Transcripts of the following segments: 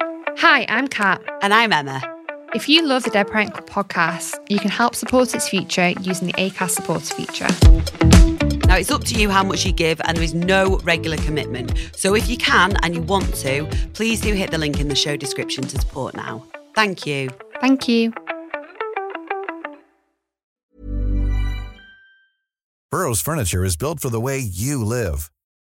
Hi, I'm Kat. And I'm Emma. If you love the Dead Parent Club podcast, you can help support its future using the ACAST supporter feature. Now, it's up to you how much you give, and there is no regular commitment. So if you can and you want to, please do hit the link in the show description to support now. Thank you. Thank you. Burrow's furniture is built for the way you live.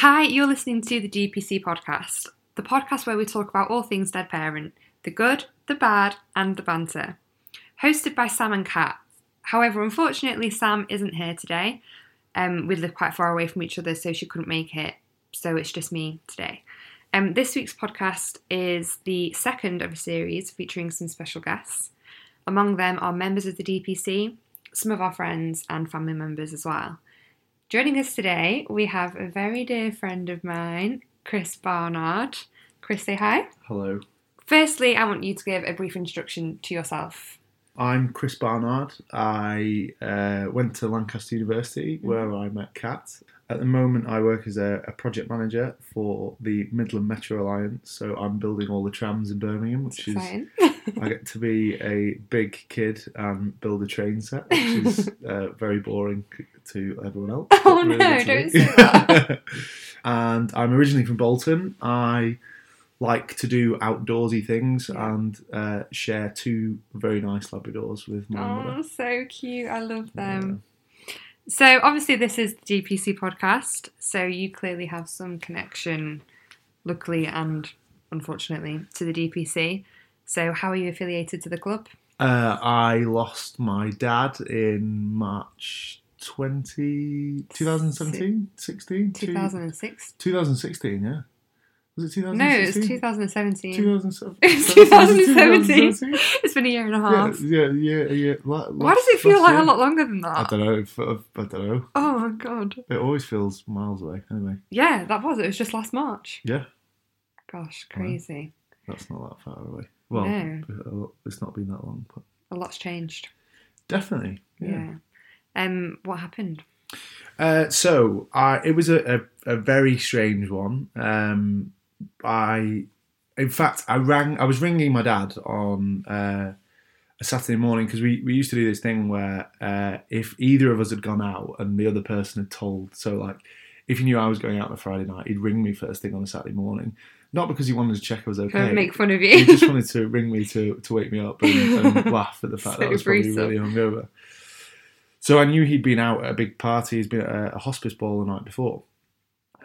Hi, you're listening to the DPC podcast, the podcast where we talk about all things Dead Parent the good, the bad, and the banter. Hosted by Sam and Kat. However, unfortunately, Sam isn't here today. Um, we live quite far away from each other, so she couldn't make it. So it's just me today. Um, this week's podcast is the second of a series featuring some special guests. Among them are members of the DPC, some of our friends, and family members as well. Joining us today, we have a very dear friend of mine, Chris Barnard. Chris, say hi. Hello. Firstly, I want you to give a brief introduction to yourself. I'm Chris Barnard. I uh, went to Lancaster University where I met Kat. At the moment, I work as a, a project manager for the Midland Metro Alliance. So I'm building all the trams in Birmingham, which is Exciting. I get to be a big kid and build a train set, which is uh, very boring to everyone else. Oh, but no, good to don't me. say that. and I'm originally from Bolton. I like to do outdoorsy things Yeah. and uh, share two very nice Labradors with my oh, mother. so cute. I love them. So, obviously, this is the DPC podcast, so you clearly have some connection, luckily and unfortunately, to the DPC. So, how are you affiliated to the club? Uh, I lost my dad in March 20, 2017, 16? 2006? 2016, yeah. Was it 2016? No, it's 2017. 2007. It's 2017. It's been a year and a Yeah, half. yeah, yeah, yeah. La- Why does last- it feel last like year. a lot longer than I that? don't know. if- I don't know. Oh my god. It always feels miles away. Anyway, Yeah, that was. It was just last March. yeah, Gosh, crazy. that's not that far away. Well, uh, No. it's not been that long, but A lot's changed. definitely. Yeah. Um, what happened? Uh, so I, it was a, a, a very strange one. Um, I, in fact, I rang. I was ringing my dad on uh, a Saturday morning because we, we used to do this thing where uh, if either of us had gone out and the other person had told, so like if he knew I was going out on a Friday night, he'd ring me first thing on a Saturday morning. Not because he wanted to check I was okay. Can I make fun of he you. just wanted to ring me to, to wake me up and, and laugh at the fact that I So was probably gruesome. really hungover. So I knew he'd been out at a big party. He's been at a, a hospice ball the night before,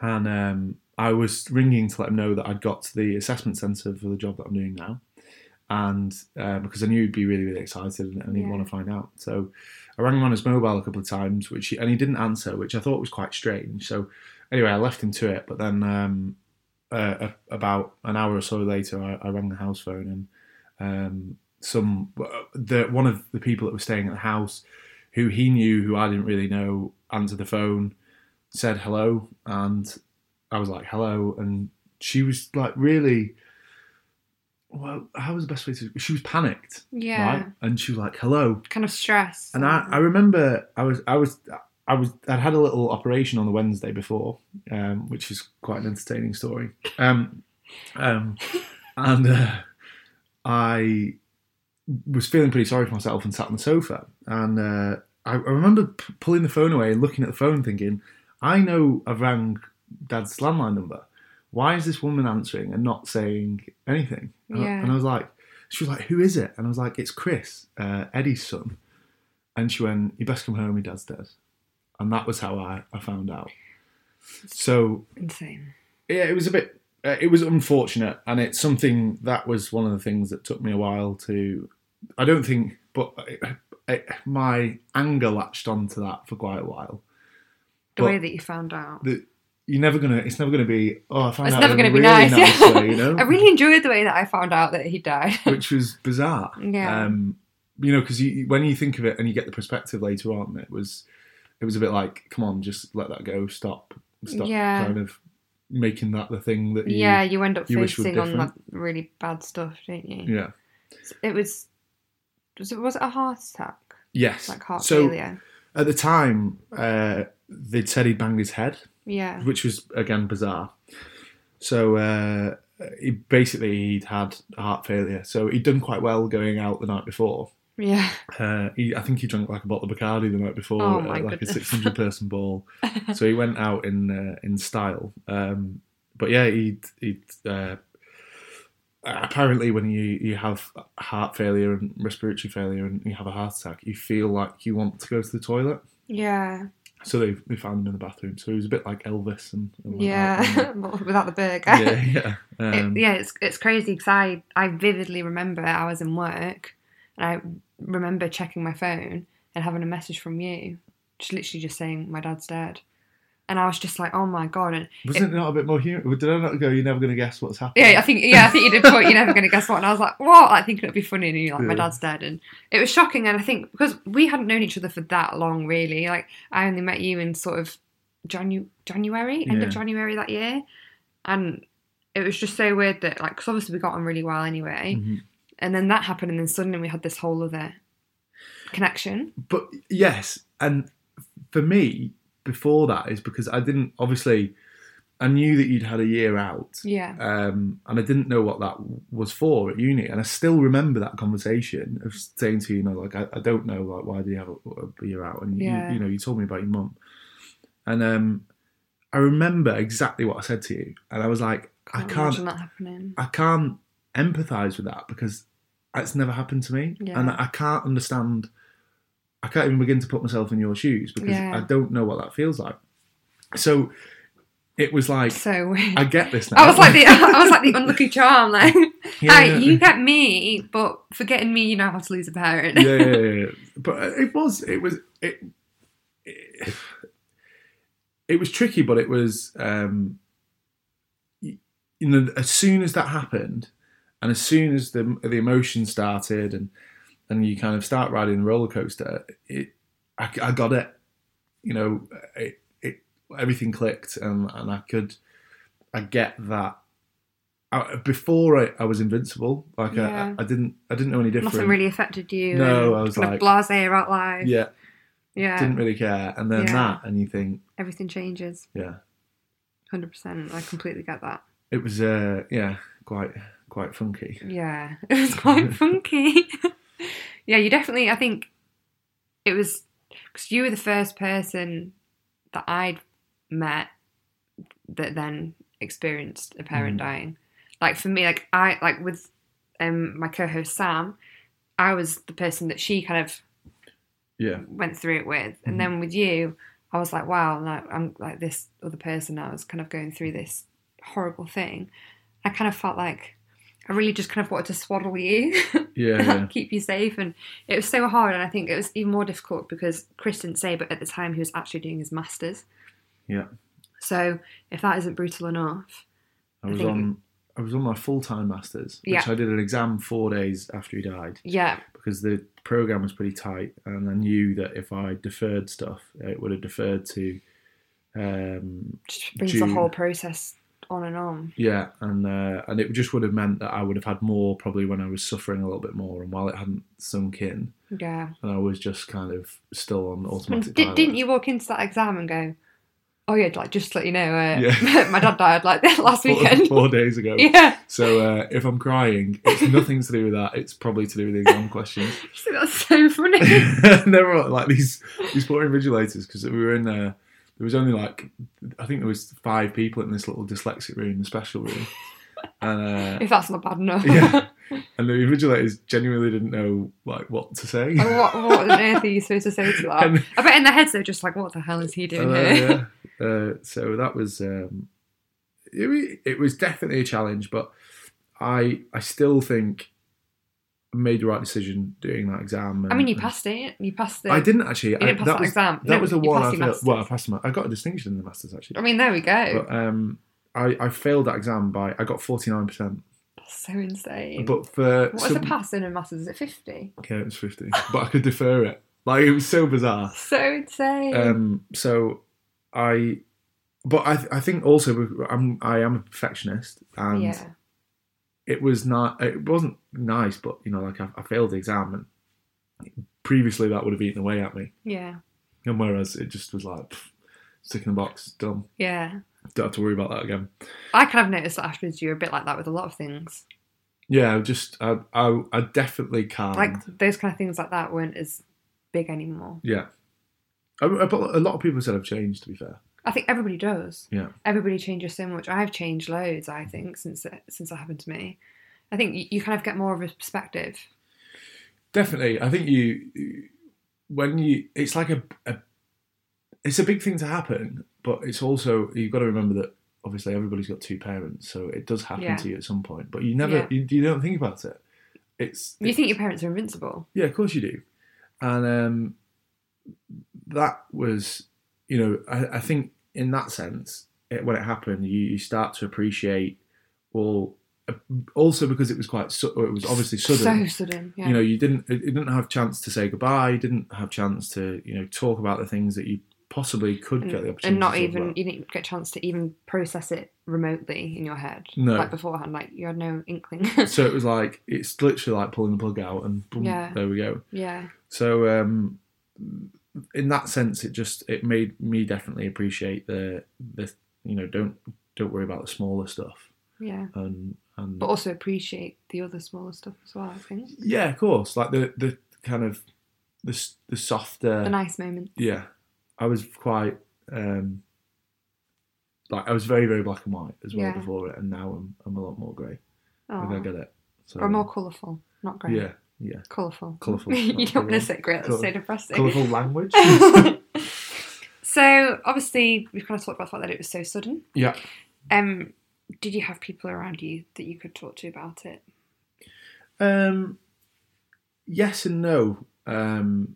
and um, I was ringing to let him know that I'd got to the assessment centre for the job that I'm doing now, and uh, because I knew he'd be really really excited and, and he'd Yeah. want to find out. So I rang him on his mobile a couple of times, which he, and he didn't answer, which I thought was quite strange. So anyway, I left him to it, but then um, uh, about an hour or so later, I, I rang the house phone and um, some uh, the one of the people that was staying at the house, who he knew, who I didn't really know, answered the phone, said hello, and I was like hello, and she was like really. Well, how was the best way to? She was panicked, yeah. right? And she was like, "Hello," Kind of stress. And I, I remember I was I was I was I'd had a little operation on the Wednesday before, um, which is quite an entertaining story. Um, um, and uh, I was feeling pretty sorry for myself and sat on the sofa. And uh, I, I remember p- pulling the phone away and looking at the phone, thinking, I know I've rang Dad's landline number. Why is this woman answering and not saying anything? And, I- Yeah. and I was like, she was like, who is it? And I was like, it's Chris, uh, Eddie's son. And she went, you best come home, your dad's dead. And that was how I, I found out. So Insane. yeah, it was a bit. Uh, it was unfortunate, and it's something that was one of the things that took me a while to. I don't think, but I, I, my anger latched onto that for quite a while. The But- way that you found out. The you're never gonna. It's never gonna be. Oh, I found It's out never in a going to be really nice. nice yeah. way, you know. I really enjoyed the way that I found out that he died. which was bizarre. Yeah. Um, you know, because you, when you think of it and you get the perspective later on, it was it was a bit like, come on, just let that go. Stop. Stop. Yeah. Kind of making that the thing that. You, yeah, you end up you wish was focusing on that different. really bad stuff, don't you? Yeah. It was was it was it a heart attack, Yes. like heart so failure. at the time, uh, they'd said he'd banged his head, Yeah, which was again bizarre. So uh, he basically he'd had heart failure. So he'd done quite well going out the night before. yeah, Uh, he, I think he drank like a bottle of Bacardi the night before, Oh at, my like goodness. a 600 person ball. so he went out in uh, in style. Um, but yeah, he'd, he'd uh, apparently when you, you have heart failure and respiratory failure and you have a heart attack, you feel like you want to go to the toilet. yeah, So they they found him in the bathroom. So he was a bit like Elvis and, and like that. yeah. But Without the burger. yeah, yeah. It- Um, yeah, it's it's crazy because I I vividly remember I was in work and I remember checking my phone and having a message from you, just literally just saying my dad's dead, and I was just like, oh my god, and Wasn't it not a bit more human? Did I not go? You're never going to guess what's happened. yeah, I think yeah, I think you did point. You're never going to guess what, and I was like, what? I think it'll be funny, and you're like, my Yeah. dad's dead, and it was shocking, and I think because we hadn't known each other for that long, really, like I only met you in sort of Janu- January, end Yeah. of January that year, and it was just so weird that like, because obviously we got on really well anyway. Mhm. and then that happened, and then suddenly we had this whole other connection. but yes, and for me, before that is because I didn't obviously, I knew that you'd had a year out, Yeah, um, and I didn't know what that was for at uni, and I still remember that conversation of saying to you, you know, like I, I don't know, like why do you have a, a year out, and Yeah. you, you know, you told me about your mum, and um, I remember exactly what I said to you, and I was like, I can't, imagine that happening. I can't empathize with that because it's never happened to me, Yeah. and I can't understand. I can't even begin to put myself in your shoes because Yeah. I don't know what that feels like. So it was like So weird. I get this now. I was like the I was like the unlucky charm, like Yeah, "Hey, yeah. you get me, but for getting me, you know how to lose a parent. yeah, yeah, yeah, yeah. but uh, it was it was it, it it was tricky, but it was um you know as soon as that happened, and as soon as the the emotion started, and and you kind of start riding the roller coaster, it I, I got it, you know, it it everything clicked, and and I could I get that. I, before I, I was invincible, like Yeah. I, I didn't, I didn't know any different. Nothing really affected you. No, and I was just kind of like- blasé about life. Yeah, Yeah, didn't really care. And then Um, Yeah. that, and you think, everything changes. yeah, Hundred percent. I completely get that. it was, uh, yeah, quite, quite funky. Yeah, it was quite funky. yeah, you definitely. I think it was because you were the first person that I'd met that then experienced a parent Mhm. dying. Like for me, like I like with um my co-host Sam, I was the person that she kind of Yeah, went through it with, and Mhm. then with you, I was like, wow, like, I'm like this other person. I was kind of going through this horrible thing. I kind of felt like I really just kind of wanted to swaddle you, yeah, yeah. keep you safe, and it was so hard. And I think it was even more difficult because Chris didn't say, but at the time he was actually doing his masters. Yeah. So if that isn't brutal enough, I I was think- on, I was on my full time masters, which Yeah. I did an exam four days after he died yeah, because the program was pretty tight, and I knew that if I deferred stuff, it would have deferred to, um, just brings June. the whole process on and on. yeah, and uh, and it just would have meant that I would have had more probably when I was suffering a little bit more, and while it hadn't sunk in, Yeah. and I was just kind of still on And automatic. did, didn't pilot. you walk into that exam and go, "Oh yeah, like just to let you know, uh, Yeah. my dad died like that last Four- weekend." four days ago. yeah, So uh, if I'm crying, it's nothing to do with that. It's probably to do with the exam questions. so that's so funny. and there were like these these poor invigilators because we were in there. There was only like I think there was five people in this little dyslexic room, the special room, and uh, if that's not bad enough, yeah, and the invigilators genuinely didn't know like what to say. Like, what, what on earth are you supposed to say to that? And- I bet in their heads they're just like, "What the hell is he doing Uh, here?" yeah. Uh, so that was um, it, wa- it was definitely a challenge, but I I still think made the right decision doing that exam. I mean, you and- passed it. You passed the. I didn't actually. didn't I, pass that that was, exam. That No, was the you one passed I your failed. Well, I masters. Oh, passed my. I got a distinction in the masters actually. I mean, there we go. But um, I, I failed that exam by I got forty nine percent. That's so insane. But for What's some- the pass in a masters? Is it fifty? yeah, it was fifty. but I could defer it. Like it was so bizarre. So insane. Um, so I, but I I think also I'm I am a perfectionist and yeah. it was not it wasn't nice. But you know, like I, I failed the exam and previously that would have eaten away at me. Yeah. And whereas it just was like pff, stick in the box, done. Yeah. Don't have to worry about that again. I kind of noticed that afterwards. You're a bit like that with a lot of things. Yeah, I just I I, I definitely can't. like those kind of things like that weren't as big anymore. yeah, I, I- but a lot of people said I've changed. To be fair, I think everybody does. yeah, Everybody changes so much. I've changed loads. I think since it, since that happened to me, I think you, you kind of get more of a perspective. definitely. I think you when you it's like a, a it's a big thing to happen, but it's also you've got to remember that obviously everybody's got two parents, so it does happen Yeah. to you at some point. But you never Yeah. you, you don't think about it. It's You think your parents are invincible? Yeah, of course you do. And um, that was, you know, I, I think in that sense, it, when it happened, you, you start to appreciate, well, uh, also because it was quite, su- it was obviously sudden. So sudden. Yeah. You know, you didn't, you didn't have chance to say goodbye. You didn't have chance to, you know, talk about the things that you possibly could get the and, opportunity. and not to talk even about. you didn't get a chance to even process it remotely in your head No. like beforehand like you had no inkling So it was like it's literally like pulling the plug out, and boom, Yeah. there we go. yeah So um, in that sense, it just it made me definitely appreciate the the you know don't don't worry about the smaller stuff yeah and and but also appreciate the other smaller stuff as well i think yeah, of course, like the the kind of the s- the softer the nice moments yeah. I was quite um, like I was very very black and white as well Yeah. before it, and now I'm I'm a lot more grey. Aw. Like I get it. So or more colourful not grey yeah yeah colourful colourful. you don't want to say grey that's so Colour- depressing colourful language. so obviously we've kind of talked about the fact that it was so sudden yeah. um did you have people around you that you could talk to about it Um, yes and no. Um,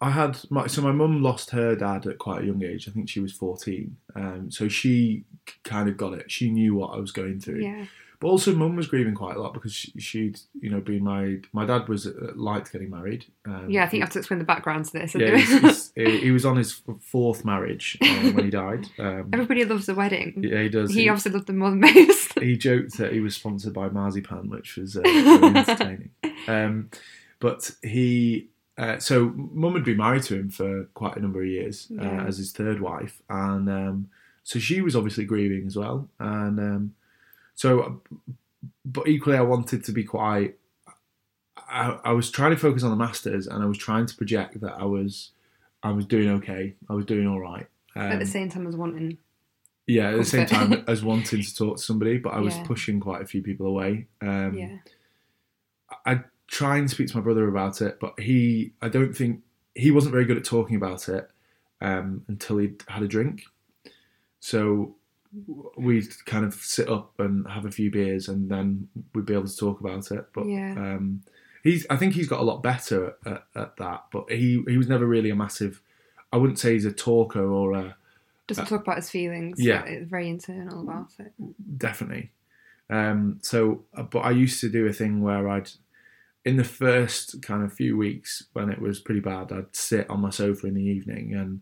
I had my so my mum lost her dad at quite a young age. I think she was fourteen. Um, so she kind of got it. She knew what I was going through. yeah But also, mum was grieving quite a lot because she, she'd you know been married. My dad was uh, liked getting married. Um, yeah i think i have to explain the background to this yeah, he's- he's- he he was on his fourth marriage um, when he died. Um, everybody loves a wedding yeah, he does. He obviously loved them more than most. he joked that he was sponsored by marzipan, which was uh, very entertaining. Um, but he, uh, so mum had been married to him for quite a number of years Yeah. uh, as his third wife, and um, so she was obviously grieving as well. And um, so, uh, but equally, I wanted to be quite. I, I was trying to focus on the masters, and I was trying to project that I was, I was doing okay. I was doing all right. at the Um, same time as wanting. yeah, at the same Comfort. time as wanting to talk to somebody, but I was Yeah. pushing quite a few people away. Um, yeah. I try and speak to my brother about it, but he, I don't think he wasn't very good at talking about it um, until he had a drink. So we'd kind of sit up and have a few beers, and then we'd be able to talk about it. But Yeah. um, he's, I think he's got a lot better at, at that. But he, he was never really a massive. I wouldn't say he's a talker or a Doesn't talk about his feelings. uh, yeah. but It's very internal about it. definitely. Um, so, uh, but I used to do a thing where I'd, in the first kind of few weeks when it was pretty bad, I'd sit on my sofa in the evening and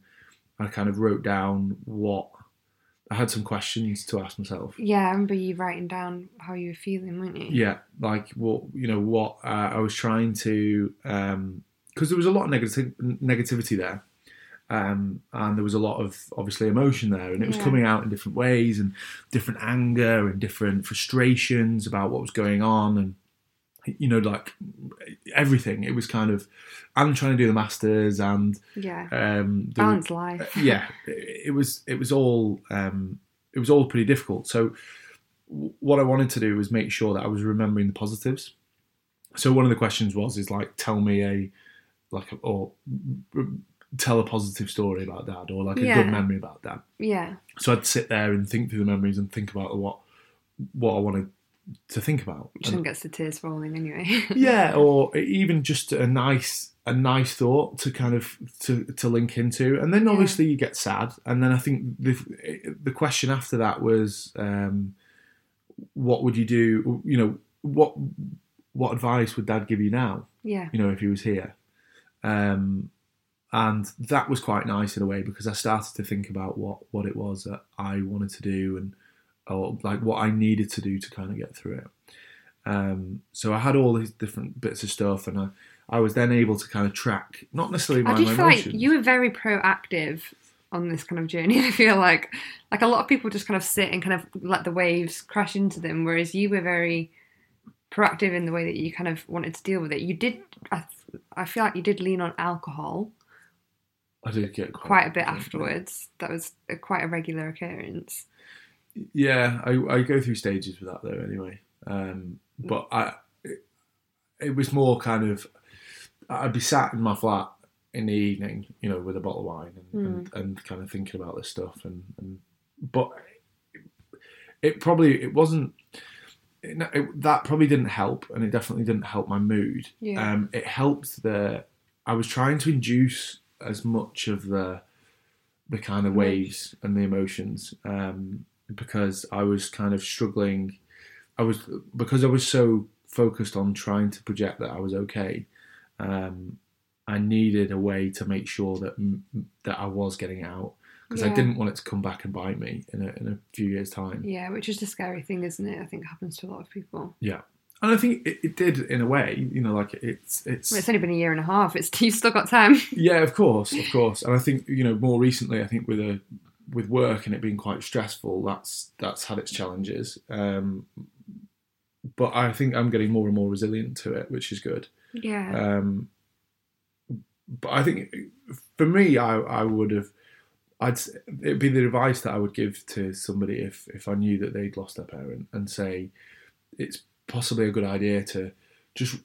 I kind of wrote down what I had some questions to ask myself. Yeah, I remember you writing down how you were feeling, weren't you? Yeah, like what you know, what uh, I was trying to, because there was a lot of negative negativity there, um, and there was a lot of obviously emotion there, and it was Yeah. coming out in different ways, and different anger and different frustrations about what was going on, and you know, like everything. It was kind of, I'm trying to do the masters, and Yeah. um, there were- Balance life. yeah, it it was it was all um, it was all pretty difficult. So w- what I wanted to do was make sure that I was remembering the positives. So one of the questions was is like tell me a like a, or tell a positive story about dad or like a Yeah. good memory about dad. Yeah. So I'd sit there and think through the memories and think about what what I want to to think about. Which then gets the tears rolling anyway. um, yeah, or even just a nice a nice thought to kind of to, to link into, and then obviously you get sad, and then I think the the question after that was, um, what would you do? You know, what what advice would Dad give you now? yeah. You know, if he was here, um, and that was quite nice in a way because I started to think about what what it was that I wanted to do and or like what I needed to do to kind of get through it. Um, so I had all these different bits of stuff, and I, I was then able to kind of track, not necessarily my, I did my feel like emotions. you were very proactive on this kind of journey. I feel like like a lot of people just kind of sit and kind of let the waves crash into them, whereas you were very proactive in the way that you kind of wanted to deal with it. You did. I, I feel like you did lean on alcohol I did get quite, quite a bit afterwards. That was a, quite a regular occurrence. Yeah, I, I go through stages with that though. Anyway, um, but I, it, it was more kind of, I'd be sat in my flat in the evening, you know, with a bottle of wine and, and, and kind of thinking about this stuff, and, and but it probably it wasn't. It, it- that probably didn't help, and it definitely didn't help my mood. Yeah. Um, it helped that I was trying to induce as much of the the kind of waves and the emotions um, because I was kind of struggling. I was because I was so focused on trying to project that I was okay. Um, I needed a way to make sure that m- that I was getting out because I Yeah. didn't want it to come back and bite me in a, in a few years' time. Yeah, which is the scary thing, isn't it? I think happens to a lot of people. Yeah. And I think it, it did in a way, you know, like it's it's Well, it's only been a year and a half. It's you've still got time. yeah, of course, of course. And I think you know more recently, I think with a with work and it being quite stressful, that's that's had its challenges. Um, but I think I'm getting more and more resilient to it, which is good. Yeah. Um, but I think for me, I, I would have, I'd s- it'd be the advice that I would give to somebody if if I knew that they'd lost their parent, and say it's possibly a good idea to just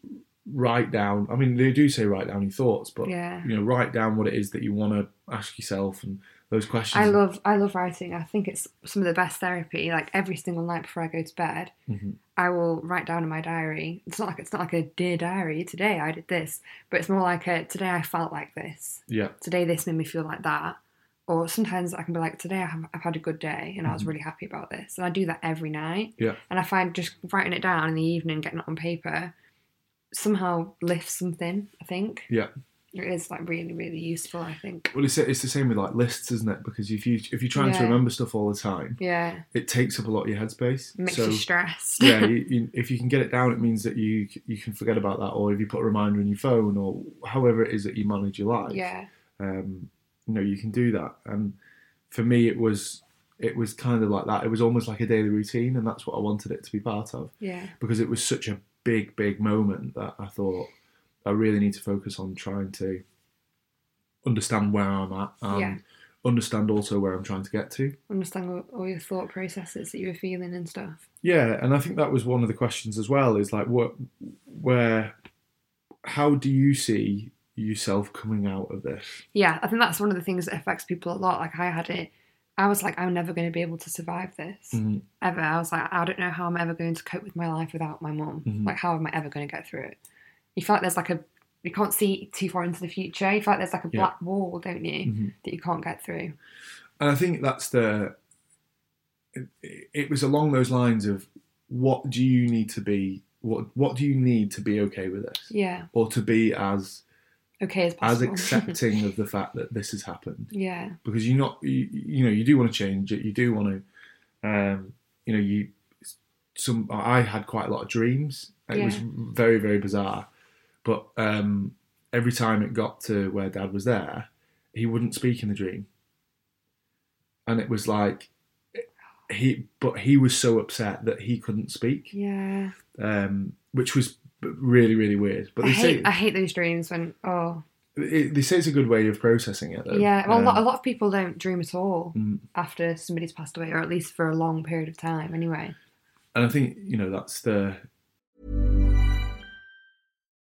write down. I mean, they do say write down your thoughts, but yeah. you know, write down what it is that you want to ask yourself and those questions. I love I love writing. I think it's some of the best therapy. Like every single night before I go to bed, Mhm. I will write down in my diary. It's not like it's not like a dear diary. Today I did this, but it's more like a today I felt like this. Yeah, Today this made me feel like that. Or sometimes I can be like, today I have, I've had a good day and I was really happy about this. And I do that every night. Mm-hmm. yeah, And I find just writing it down in the evening, getting it on paper, somehow lifts something. I think yeah. it is like really really useful. I think. Well, it's it's the same with like lists, isn't it? Because if you if you're trying to Yeah. remember stuff all the time, Yeah, it takes up a lot of your headspace. makes so you stressed. yeah, you, you, if you can get it down, it means that you you can forget about that, or if you put a reminder in your phone, or however it is that you manage your life. yeah. um, you know you can do that and for me it was it was kind of like that it was almost like a daily routine and that's what i wanted it to be part of Yeah. because it was such a big big moment that i thought i really need to focus on trying to understand where i'm at and Yeah. understand also where i'm trying to get to Understand all, all your thought processes that you were feeling and stuff. Yeah, and I think that was one of the questions as well. Is like what, where, how do you see yourself coming out of this? Yeah, I think that's one of the things that affects people a lot. Like I had it. I was like, I'm never going to be able to survive this Mhm. ever. I was like, I don't know how I'm ever going to cope with my life without my mom. Mhm. Like, how am I ever going to get through it? You feel like there's like a you can't see too far into the future. You feel like there's like a Yeah. black wall, don't you, Mhm. that you can't get through. And I think that's the. It, it was along those lines of what do you need to be what what do you need to be okay with this Yeah. or to be as Okay, as as possible. accepting of the fact that this has happened yeah. because you're not you, you know you do want to change it you do want to um you know you some i had quite a lot of dreams it was Yeah. very very bizarre but um every time it got to where dad was there he wouldn't speak in the dream and it was like he but he was so upset that he couldn't speak Yeah. um which was really really weird but I they hate say I hate those dreams when oh it, they say it's a good way of processing it though. Yeah, well, a, lot, a Um, lot of people don't dream at all Mm. after somebody's passed away, or at least for a long period of time, anyway. and i think you know that's the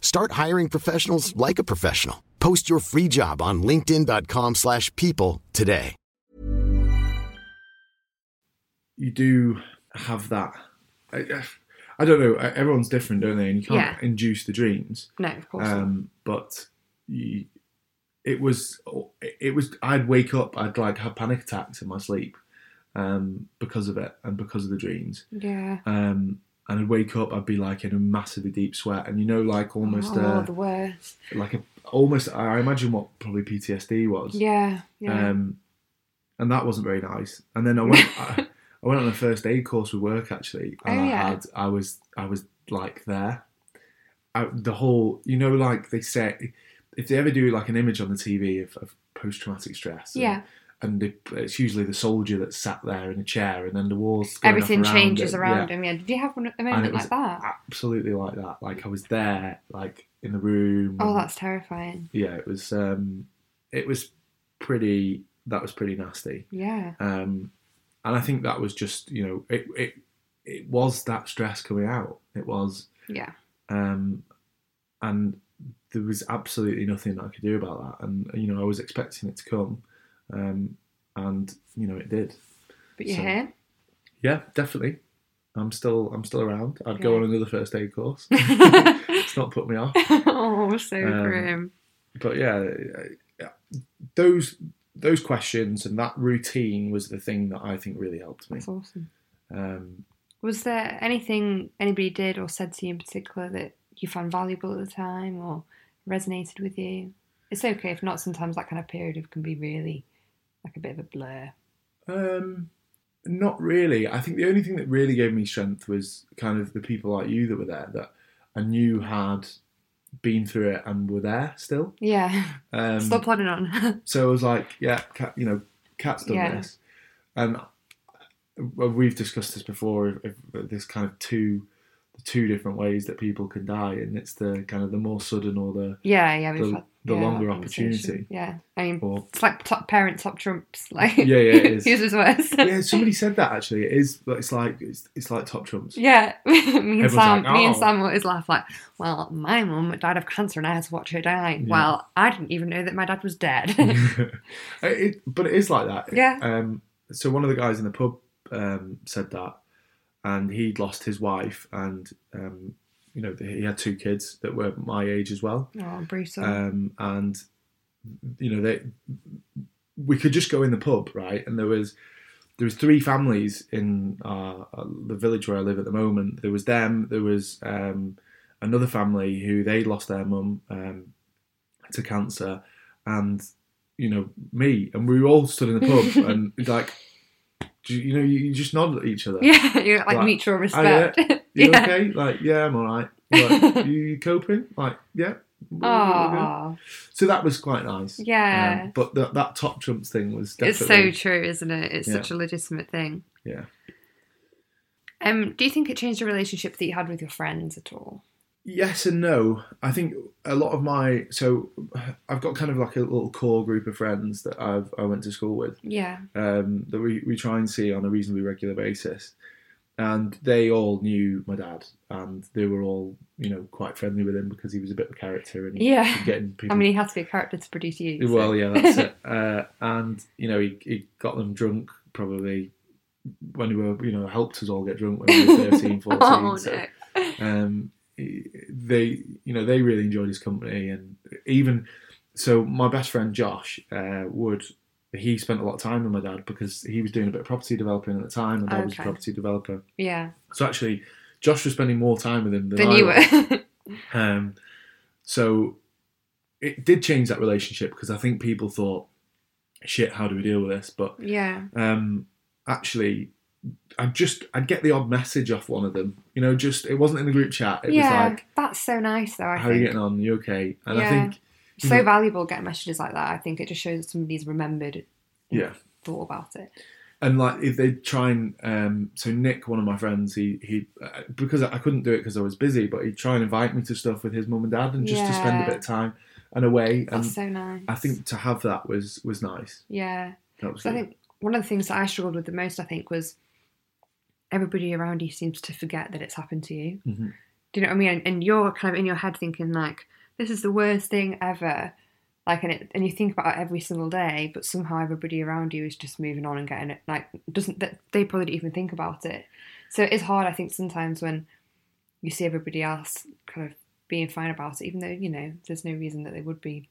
Start hiring professionals like a professional. Post your free job on linkedin.com/people slash people today. you do have that. I, I don't know. Everyone's different, don't they? And you can't Yeah. induce the dreams. No, of course. not. Um, but you, it was, it was. I'd wake up. I'd like have panic attacks in my sleep um, because of it and because of the dreams. yeah. Um, and I'd wake up. I'd be like in a massively deep sweat, and you know, like almost oh, uh the worst. like a almost. I imagine what probably PTSD was. Yeah. Yeah. Um, and that wasn't very nice. And then I went, I, I went on a first aid course with work actually, and Oh, I yeah. had, I was, I was like there. I, the whole, you know, like they say, if they ever do like an image on the TV of, of post traumatic stress, and- Yeah. and they, it's usually the soldier that's sat there in a chair, and then the walls, going up Everything around changes him. around Yeah. him. Yeah. Did you have one, a And it moment was like that? absolutely like that. Like I was there, like in the room. Oh, and- that's terrifying. yeah. It was, um, it was pretty. That was pretty nasty. Yeah. Um, and I think that was just, you know, it, it, it was that stress coming out. It was, Yeah. um, and there was absolutely nothing I could do about that. And, you know, I was expecting it to come, um, and, you know, it did. But you're So- here. Yeah, definitely. I'm still, I'm still around. I'd go Yeah. on another first aid course. it's not put me off. oh, so Um, grim. but yeah, I- I- those, those questions and that routine was the thing that I think really helped me. That's awesome. Um, Was there anything anybody did or said to you in particular that you found valuable at the time or resonated with you? It's okay if not. Sometimes that kind of period of can be really like a bit of a blur. Um, not really. I think the only thing that really gave me strength was kind of the people like you that were there that I knew had been through it and were there still. Yeah. Um, Still plodding on. so I was like, yeah, cat, you know, cat's done Yeah. this, and well, we've discussed this before. If, if this kind of two, the two different ways that people can die, and it's the kind of the more sudden or the yeah, yeah. We've The- had, the yeah, that longer conversation. opportunity. Yeah. I mean, or it's like top parent, top trumps. Like, Yeah, yeah, it is. Whose is worse? yeah, somebody said that actually. It is, but it's like it's, it's like top trumps. Yeah, me and Everyone's Sam, like, me and "Oh." Sam always laugh like, "Well, my mum died of cancer, and I had to watch her die. Well, I didn't even know that my dad was dead." Mm-hmm. it, but it is like that. Yeah. Um, so one of the guys in the pub um, said that, and he'd lost his wife, and um, you know he had two kids that were my age as well, oh, brutal. um, and you know they we could just go in the pub right, and there was there was three families in uh, the village where I live at the moment. There was them. There was um, another family who they lost their mum um, to cancer, and you know me, and we were all stood in the pub, and like, do you, you know, you, you just nod at each other. yeah, you're like, Right. mutual Oh, yeah. respect. You yeah. okay? Like, yeah, I'm all right. Like, you, you coping? Like, yeah. we're- we're good." Aw, So that was quite nice. Yeah. Um, but that that top trumps thing was it's definitely. so true, isn't it? It's Yeah. such a legitimate thing. Yeah. Um, do you think it changed the relationship that you had with your friends at all? Yes and no. I think a lot of my so I've got kind of like a little core group of friends that I've I went to school with. Yeah, um, that we, we try and see on a reasonably regular basis. And they all knew my dad, and they were all, you know, quite friendly with him because he was a bit of a character and Yeah. and getting people. I mean, he has to be a character to produce you. so- well, yeah, that's it. Uh, and you know, he, he got them drunk probably when we were, you know, helped us all get drunk when we were 13, 14. oh so, no. um, they you know they really enjoyed his company and even so my best friend Josh uh, would he spent a lot of time with my dad because he was doing a bit of property developing at the time and I was a Okay. property developer Yeah. so actually Josh was spending more time with him than, Then I you was. were. Um, So it did change that relationship because I think people thought, shit, how do we deal with this? But Yeah. um, actually, I just I'd get the odd message off one of them. You know, just it wasn't in the group chat. It yeah. was like, that's so nice, though. I how are think. you getting Mm-hmm. on? You okay? And I Yeah. think It's so valuable getting messages like that. I think it just shows that somebody's remembered, yeah. thought about it. and like if they try and um, so Nick, one of my friends, he he uh, because I couldn't do it because I was busy, but he'd try and invite me to stuff with his mum and dad and just to spend a Yeah. bit of time and away. And That's so nice. I think to have that was was nice. Yeah. That was So I good. think one of the things that I struggled with the most, I think, was everybody around you seems to forget that it's happened to you. Mhm. Do you know what I mean? And, and you're kind of in your head thinking like, this is the worst thing ever. Like, and it, and you think about it every single day, but somehow everybody around you is just moving on and getting it. Like, doesn't that they probably didn't even think about it. So it is hard, I think, sometimes when you see everybody else kind of being fine about it, even though you know there's no reason that they would be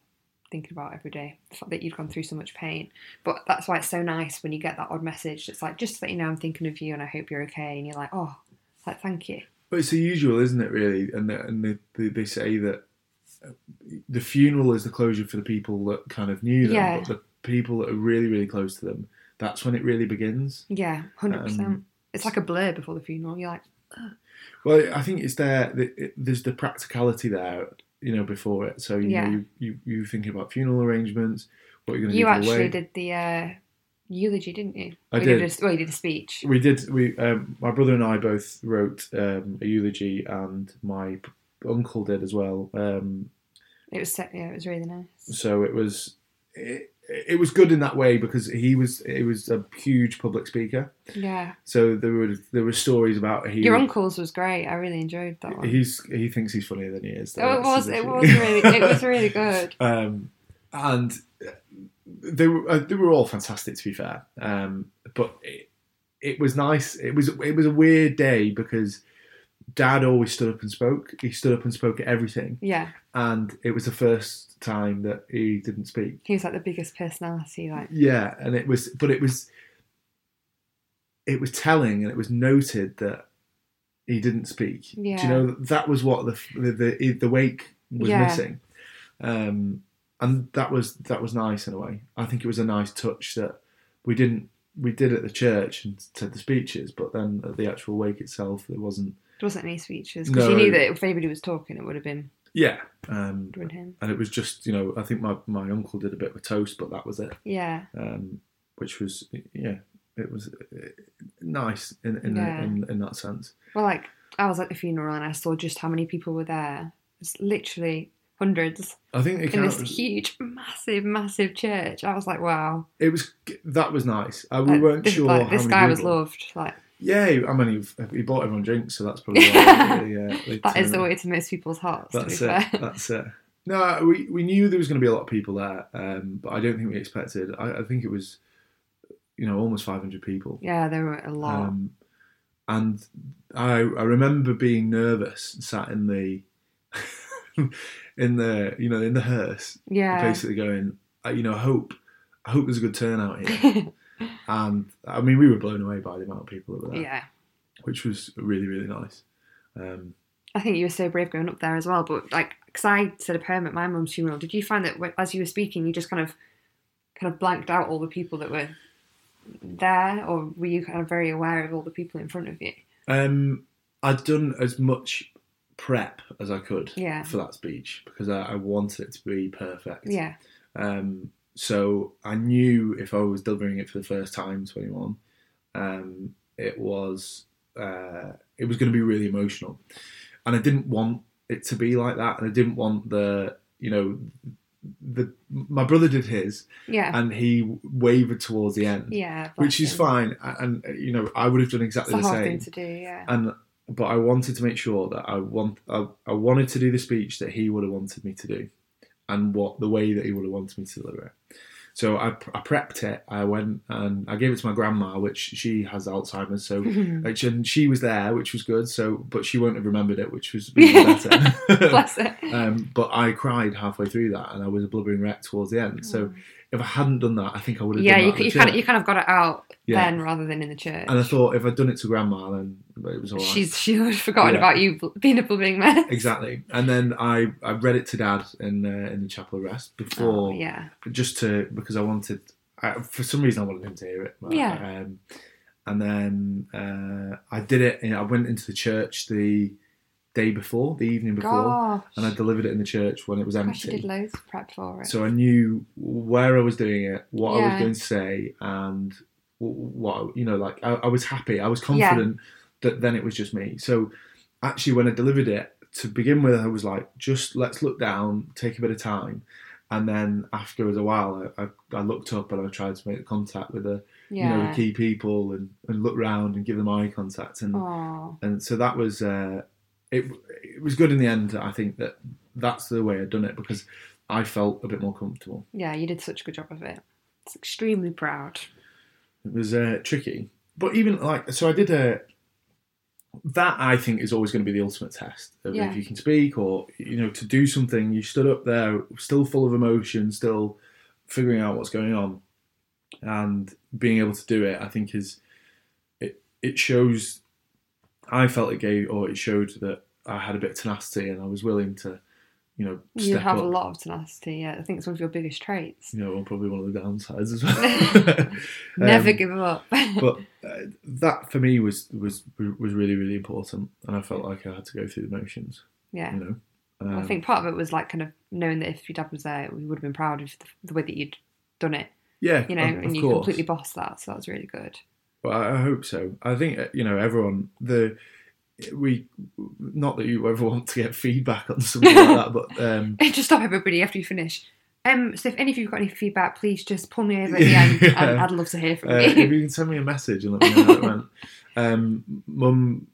thinking about every day. The fact that you've gone through so much pain, but that's why it's so nice when you get that odd message. It's like just to let you know I'm thinking of you and I hope you're okay, and you're like, oh, like thank you. But it's the usual, isn't it? Really, and the, and they, they they say that uh, the funeral is the closure for the people that kind of knew them, Yeah. but the people that are really really close to them, that's when it really begins. Yeah, hundred percent. Um, It's like a blur before the funeral. You're like, Well, I think it's there. the- it- There's the practicality there, you know, before it. So you Yeah. know, you, you you thinking about funeral arrangements, what you're going to you do. for the actually wedding. did the uh, eulogy, didn't you? I Or you did. a, well, you did a speech. We did. We um, my brother and I both wrote um, a eulogy, and my p- uncle did as well. Um, It was set. Yeah, it was really nice. so it was it, it was good in that way because he was he was a huge public speaker. Yeah, So there were there were stories about he. your uncle's was great. I really enjoyed that one. He's he thinks he's funnier than he is. though. Oh, it That's his was. It issue. was really. It was really good. um, and they were uh, they were all fantastic to be fair. Um, but it, it was nice. It was it was a weird day because Dad always stood up and spoke. He stood up and spoke at everything, Yeah, and it was the first time that he didn't speak. he was like the biggest personality. Like, Yeah, and it was, but it was, it was telling, and it was noted that he didn't speak. Do Yeah. you know that- that was what the the the, the wake was Yeah. missing, um, and that was that was nice in a way. I think it was a nice touch that we didn't we did at the church and said the speeches, but then at the actual wake itself, it wasn't. there wasn't any speeches because you No. knew that if anybody was talking, it would have been Yeah, um, doing him. and it was just you know I think my my uncle did a bit of a toast, but that was it. Yeah, um, which was yeah, it was uh, nice in in, Yeah. in in that sense. Well, like I was at the funeral and I saw just how many people were there. It's literally hundreds I think it, in kind this of, huge, massive, massive church. I was like, wow. it was that was nice. Uh, we Like, weren't this, sure like, how this many guy was people- loved. Like Yeah, I mean he, he bought everyone drinks, so that's probably why they, uh, they that is turned the up. way to most people's hearts. That's to be it. fair. That's it. No, we, we knew there was going to be a lot of people there, um, but I don't think we expected. I, I think it was, you know, almost 500 people. yeah, there were a lot. Um, and I, I remember being nervous, sat in the, in the, you know, in the hearse, yeah, basically going, uh, you know, I hope, I hope there's a good turnout here. and I mean, we were blown away by the amount of people that were there, yeah. which was really, really nice. Um, I think you were so brave going up there as well. But like, because I said a poem at my mum's funeral. Did you find that when- as you were speaking, you just kind of, kind of blanked out all the people that were there, or were you kind of very aware of all the people in front of you? um, I'd done as much prep as I could Yeah. for that speech because I, I wanted it to be perfect. Yeah, Um, so I knew if I was delivering it for the first time to anyone, um, it was uh, it was going to be really emotional, and I didn't want it to be like that, and I didn't want the you know the my brother did his, yeah. and he wavered towards the end, Yeah, which bless is him. fine, and and, you know I would have done It's exactly a the hard same, thing to do. Yeah, and but I wanted to make sure that I want I, I wanted to do the speech that he would have wanted me to do, and what the way that he would have wanted me to deliver it. So I, I prepped it. I went and I gave it to my grandma, which she has Alzheimer's, so which, and she was there, which was good. So, but she won't have remembered it, which was even better. bless it. Um, but I cried halfway through that, and I was a blubbering wreck towards the end. So if I hadn't done that, I think I would have. Oh. yeah, done you, c- you that at the kind of church. you kind of got it out Yeah. then rather than in the church. And I thought if I'd done it to grandma, then it was all right. She's she would have forgotten Yeah. about you bl- being a blooming mess. exactly. And then I, I read it to dad in uh, in the chapel of rest Oh, before, yeah, just to because I wanted. I, for some reason, I wanted him to hear it. but, Yeah. Um, and then uh, I did it. And I went into the church the day before, the evening before, gosh, and I delivered it in the church when it was gosh, Oh, you empty. did loads of prep for it. Um, so I knew where I was doing it, what I was Yeah. going to say, and w- what you know, like I, I was happy, I was confident that then it was just me. So actually, when I delivered it to begin with, I was like, just let's look down, take a bit of time, and then after a while, I, I, I looked up and I tried to make contact with the yeah. you know the key people and, and look round and give them eye contact and Oh, and so that was uh, it. It was good in the end. I think that that's the way I'd done it because I felt a bit more comfortable. yeah, you did such a good job of it. It's extremely proud. It was uh, tricky, but even like so, I did a. That I think is always going to be the ultimate test of Yeah. if you can speak or you know to do something. You stood up there, still full of emotion, still figuring out what's going on, and being able to do it. I think is it. It shows. I felt it gave, or it showed that I had a bit of tenacity and I was willing to, you know, step you have up. a lot of tenacity. Yeah, I think it's one of your biggest traits. You know, and probably one of the downsides as well. Never Um, give up. but uh, that for me was was was really really important, and I felt like I had to go through the motions. yeah. You know, um, I think part of it was like kind of knowing that if your dad was there, we would have been proud of the, the way that you'd done it, yeah, you know, of, and of you course. completely bossed that. So that was really good. Well, I I hope so. I think uh, you know everyone. The we not that you ever want to get feedback on something like that, but um, Just stop everybody after you finish. Um, so if any of you've got any feedback, please just pull me over at the end. Yeah. and I'd love to hear from uh, if you. you can send me a message and let me know how it went. Um, mum,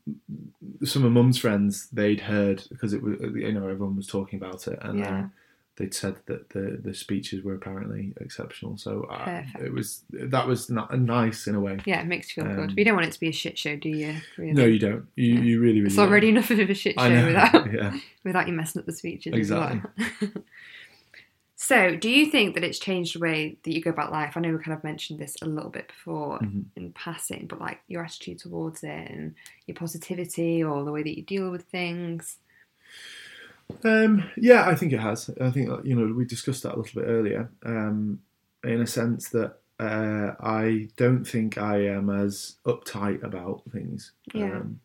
some of mum's friends they'd heard because it was you know everyone was talking about it and. Uh, Yeah. they'd said that the the speeches were apparently exceptional. So uh, Perfect. it was that was not, nice in a way. Yeah, it makes you feel good. Um, But you don't want it to be a shit show, do you? Really? No, you don't. You Yeah. you really really. it's already don't. enough of a shit I show know. without yeah. without you messing up the speeches. as Exactly. well. so, do you think that it's changed the way that you go about life? I know we kind of mentioned this a little bit before Mhm. in passing, but like your attitude towards it and your positivity or the way that you deal with things. Um, yeah, I think it has. I think that, you know we discussed that a little bit earlier. Um, in a sense that uh, I don't think I am as uptight about things. Yeah. Um,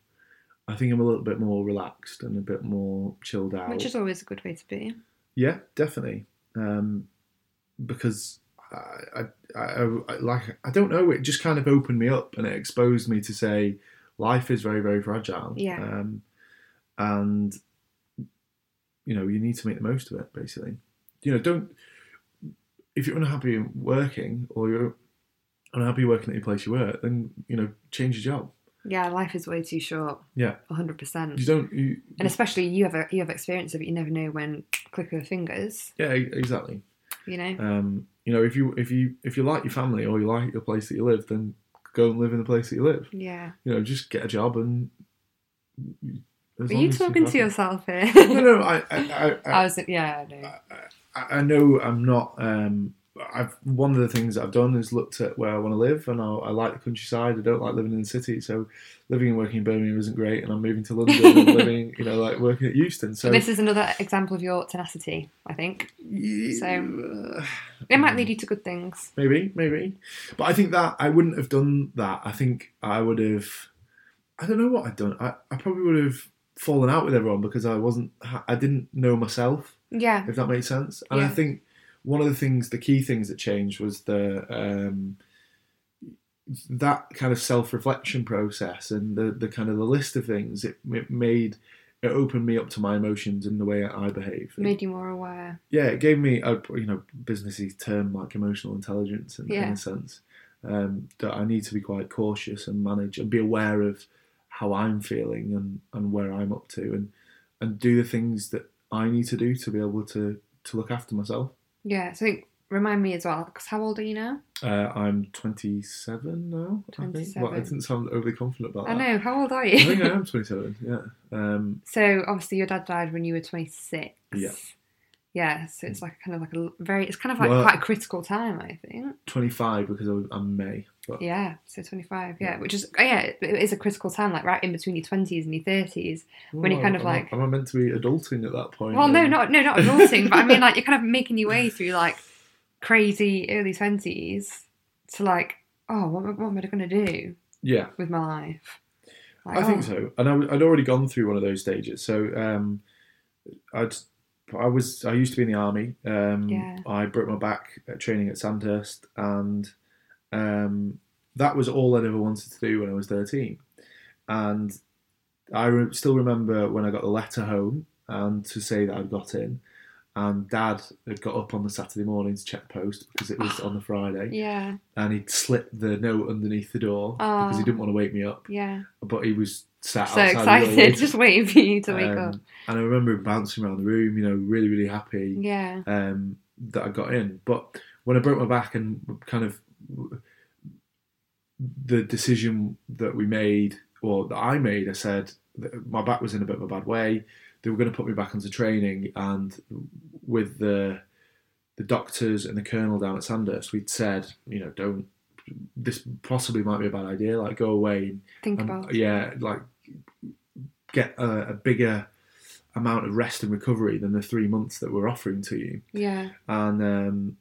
I think I'm a little bit more relaxed and a bit more chilled out. Which is always a good way to be. Yeah, definitely. Um, because I, I, I, I like I don't know. It just kind of opened me up and it exposed me to say life is very very fragile. Yeah. Um, and you know you need to make the most of it. Basically, you know don't if you're unhappy working or you're unhappy working at your place you work, then you know change your job. Yeah, life is way too short. Yeah. hundred percent. You don't. You, And especially you have a, you have experience of it. You never know when click of the fingers. yeah, e-, exactly. You know. um, you know, if you if you if you like your family or you like your place that you live, then go and live in the place that you live. yeah. You know, just get a job and. as Are long you as you're talking to happy. yourself here? No, no, I I, I, I I, was. Yeah. No. I, I know I'm not. Um, I've one of the things that I've done is looked at where I want to live, and I, I like the countryside. I don't like living in the city, so living and working in Birmingham isn't great. And I'm moving to London and living, you know, like working at Euston. So, this is another example of your tenacity, I think. so It might lead you to good things. maybe, maybe. But I think that I wouldn't have done that. I think I would have. I don't know what I'd done. I, I probably would have fallen out with everyone because I wasn't. I didn't know myself, Yeah. if that makes sense. And I Yeah. think one of the things, the key things that changed was the um, that kind of self-reflection process and the the kind of the list of things. It, it made it opened me up to my emotions and the way I behave. It Made you more aware. yeah, it gave me a you know businessy term like emotional intelligence in, in Yeah. a sense um, that I need to be quite cautious and manage and be aware of how I'm feeling and, and where I'm up to and and do the things that I need to do to be able to to look after myself. Yeah. So I think, remind me as well, because how old are you now? Uh, I'm 27 now. I think. Well, I 27. didn't sound overly confident about I that. know. How old are Uh, I think I you? am 27. Yeah. Um, so obviously your dad died when you were 26. Yeah. Yeah, so it's like kind of like a very, it's kind of like Well- quite a critical time, I think. 25 because I- I'm May. But Yeah, so 25, yeah, which is, oh, yeah, it it is a critical time, like right in between your 20s and your 30s, when Oh, you're kind of am I- like, am I meant to be adulting at that point? well, no, Um, not, no, not adulting, but I mean, like, you're kind of making your way through like crazy early 20s to like, oh, what, am I- what am I going to do Yeah, with my life? Like, I oh, think so. And I, w- I'd already gone through one of those stages. So um, I'd, I was, I used to be in the army. Um, Yeah. I broke my back at training at Sandhurst, and um, that was all I'd ever wanted to do when I was 13. And I re- still remember when I got the letter home and to say that I'd got in. And Dad had got up on the Saturday morning to check the post because it was on the Friday, Yeah, and he'd slipped the note underneath the door because he Aw. didn't want to wake me up yeah. but he was sat So outside the excited, door. just waiting for you to wake Um, up. And I remember him bouncing around the room, you know, really, really happy Yeah. um, that I got in. But when I broke my back and kind of the decision that we made, or that I made, I said that my back was in a bit of a bad way. They were going to put me back onto training, and with the the doctors and the colonel down at Sandhurst, we'd said, you know, don't. This possibly might be a bad idea. Like, go away Think um, about yeah, like get a, a bigger amount of rest and recovery than the three months that we're offering to you. Yeah. And um,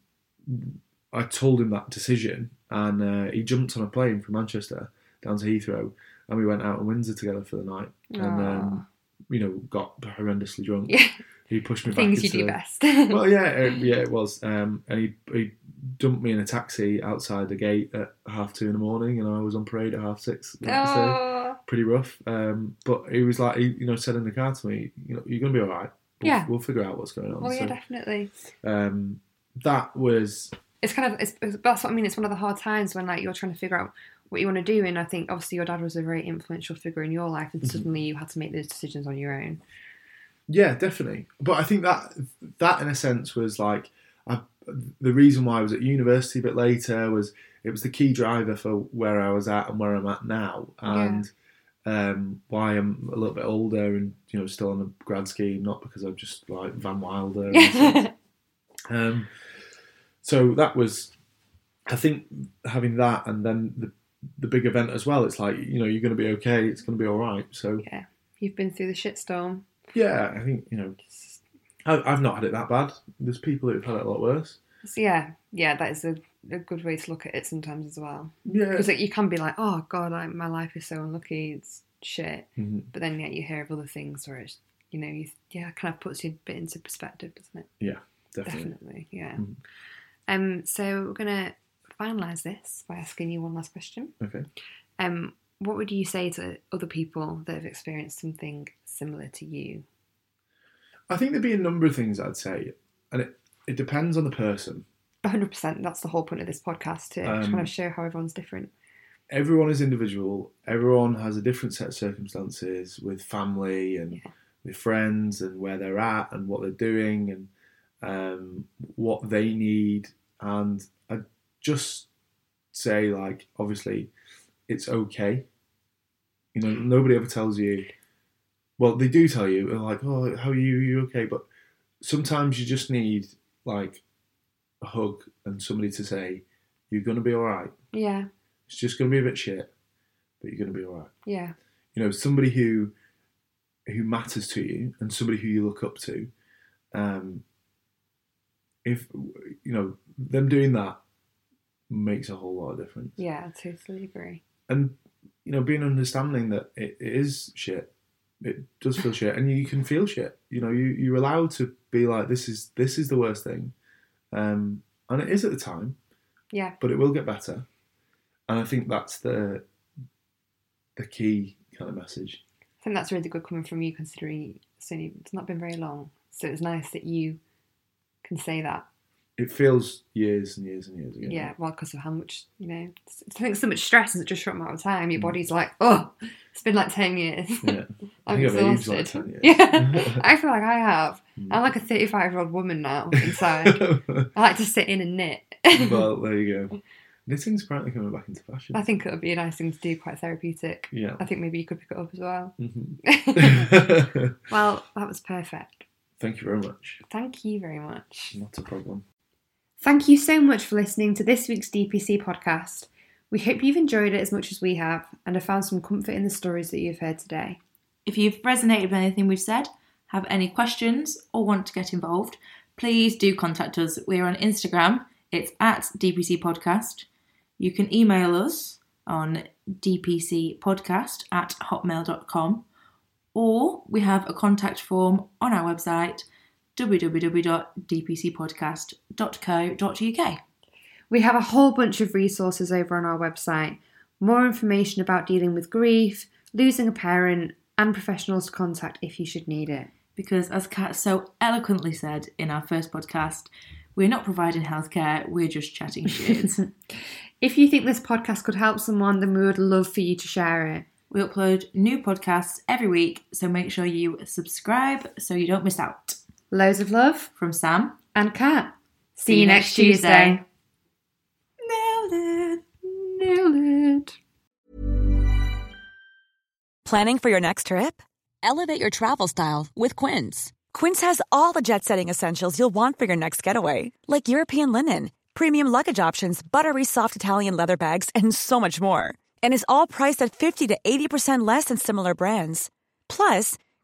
I told him that decision, and uh, he jumped on a plane from Manchester down to Heathrow, and we went out in Windsor together for the night, and um, you know got horrendously drunk. Yeah. He pushed me back Things you into do the- best. well, yeah, it, yeah, it was. Um, and he, he dumped me in a taxi outside the gate at half two in the morning, and I was on parade at half six. the next day oh, pretty rough. Um, but he was like, he, you know, said in the car to me, you know, you're gonna be all right. We'll, Yeah. we'll figure out what's going on. well, yeah, so, definitely. um, that was It's kind of, it's, it's- that's what I mean. It's one of the hard times when like you're trying to figure out what you want to do. And I think obviously your dad was a very influential figure in your life, and suddenly you had to make those decisions on your own. yeah, definitely. But I think that that in a sense was like I, the reason why I was at university a bit later was it was the key driver for where I was at and where I'm at now, and um, why I'm a little bit older and you know still on a grad scheme, not because I'm just like Van Wilder. and stuff. Um, so that was, I think, having that and then the the big event as well. It's like you know you're going to be okay. It's going to be all right. So yeah. You've been through the shitstorm. yeah, I think you know I, I've not had it that bad. There's people who've had it a lot worse. So, yeah. Yeah. That is a, a good way to look at it sometimes as well. Yeah, Because like, you can be like, oh, God, I, my life is so unlucky. It's shit. Mhm. But then, yeah, you hear of other things where it's, you know, you, yeah, kind of puts you a bit into perspective, doesn't it? yeah, definitely. Definitely, yeah. Um, so we're gonna finalise this by asking you one last question. Okay. Um, what would you say to other people that have experienced something similar to you? I think there'd be a number of things I'd say, and it it depends on the person. 100%. That's the whole point of this podcast to Um, kind of show how everyone's different. everyone is individual. Everyone has a different set of circumstances with family and with friends and where they're at and what they're doing and um, what they need. And I just say, like, obviously, it's okay. You know, nobody ever tells you. Well, they do tell you, they're like, "Oh, how are you? Are you okay?" But sometimes you just need like a hug and somebody to say, "You're gonna be all right." Yeah, It's just going to be a bit shit, but you're going to be all right. yeah, You know, somebody who who matters to you and somebody who you look up to. Um, if you know them doing that makes a whole lot of difference. yeah, I totally agree. And you know, being understanding that it, it is shit. It does feel shit, and you can feel shit. You know, you you're allowed to be like, this is this is the worst thing, um, and it is at the time Yeah, but it will get better. And I think that's the the key kind of message. I think that's really good coming from you considering it's, only, it's not been very long. So it's nice that you can say that. It feels years and years and years ago. Yeah, well, because of how much, you know, it's- I think so much stress in such a short amount of time. Your body's like, oh, it's been like 10 years. Mm. Yeah. I'm think I've aged exhausted. like Mm. 10 years. Yeah, I feel like I have. I'm like a 35 year old woman now inside. I like to sit in and knit. well, there you go. Knitting's apparently coming back into fashion. I think it would be a nice thing to do, quite therapeutic. Yeah. I think maybe you could pick it up as well. Mhm. well, that was perfect. Thank you very much. Thank you very much. Not a problem. Thank you so much for listening to this week's DPC podcast. We hope you've enjoyed it as much as we have and have found some comfort in the stories that you've heard today. If you've resonated with anything we've said, have any questions, or want to get involved, please do contact us. We're on Instagram, it's at DPC Podcast. You can email us on dpcpodcast at hotmail.com, or we have a contact form on our website www.dpcpodcast.co.uk. We have a whole bunch of resources over on our website. More information about dealing with grief, losing a parent, and professionals to contact if you should need it. Because, as Kat so eloquently said in our first podcast, we're not providing healthcare, we're just chatting shit. If you think this podcast could help someone, then we would love for you to share it. we upload new podcasts every week, so make sure you subscribe so you don't miss out. Loads of love From Sam, and cat. See you next Tuesday. Nailed it. Nailed it. Planning for your next trip? Elevate your travel style with Quince. Quince has all the jet setting essentials you'll want for your next getaway, like European linen, premium luggage options, buttery soft Italian leather bags, and so much more. And is all priced at 50 to 80% less than similar brands. Plus,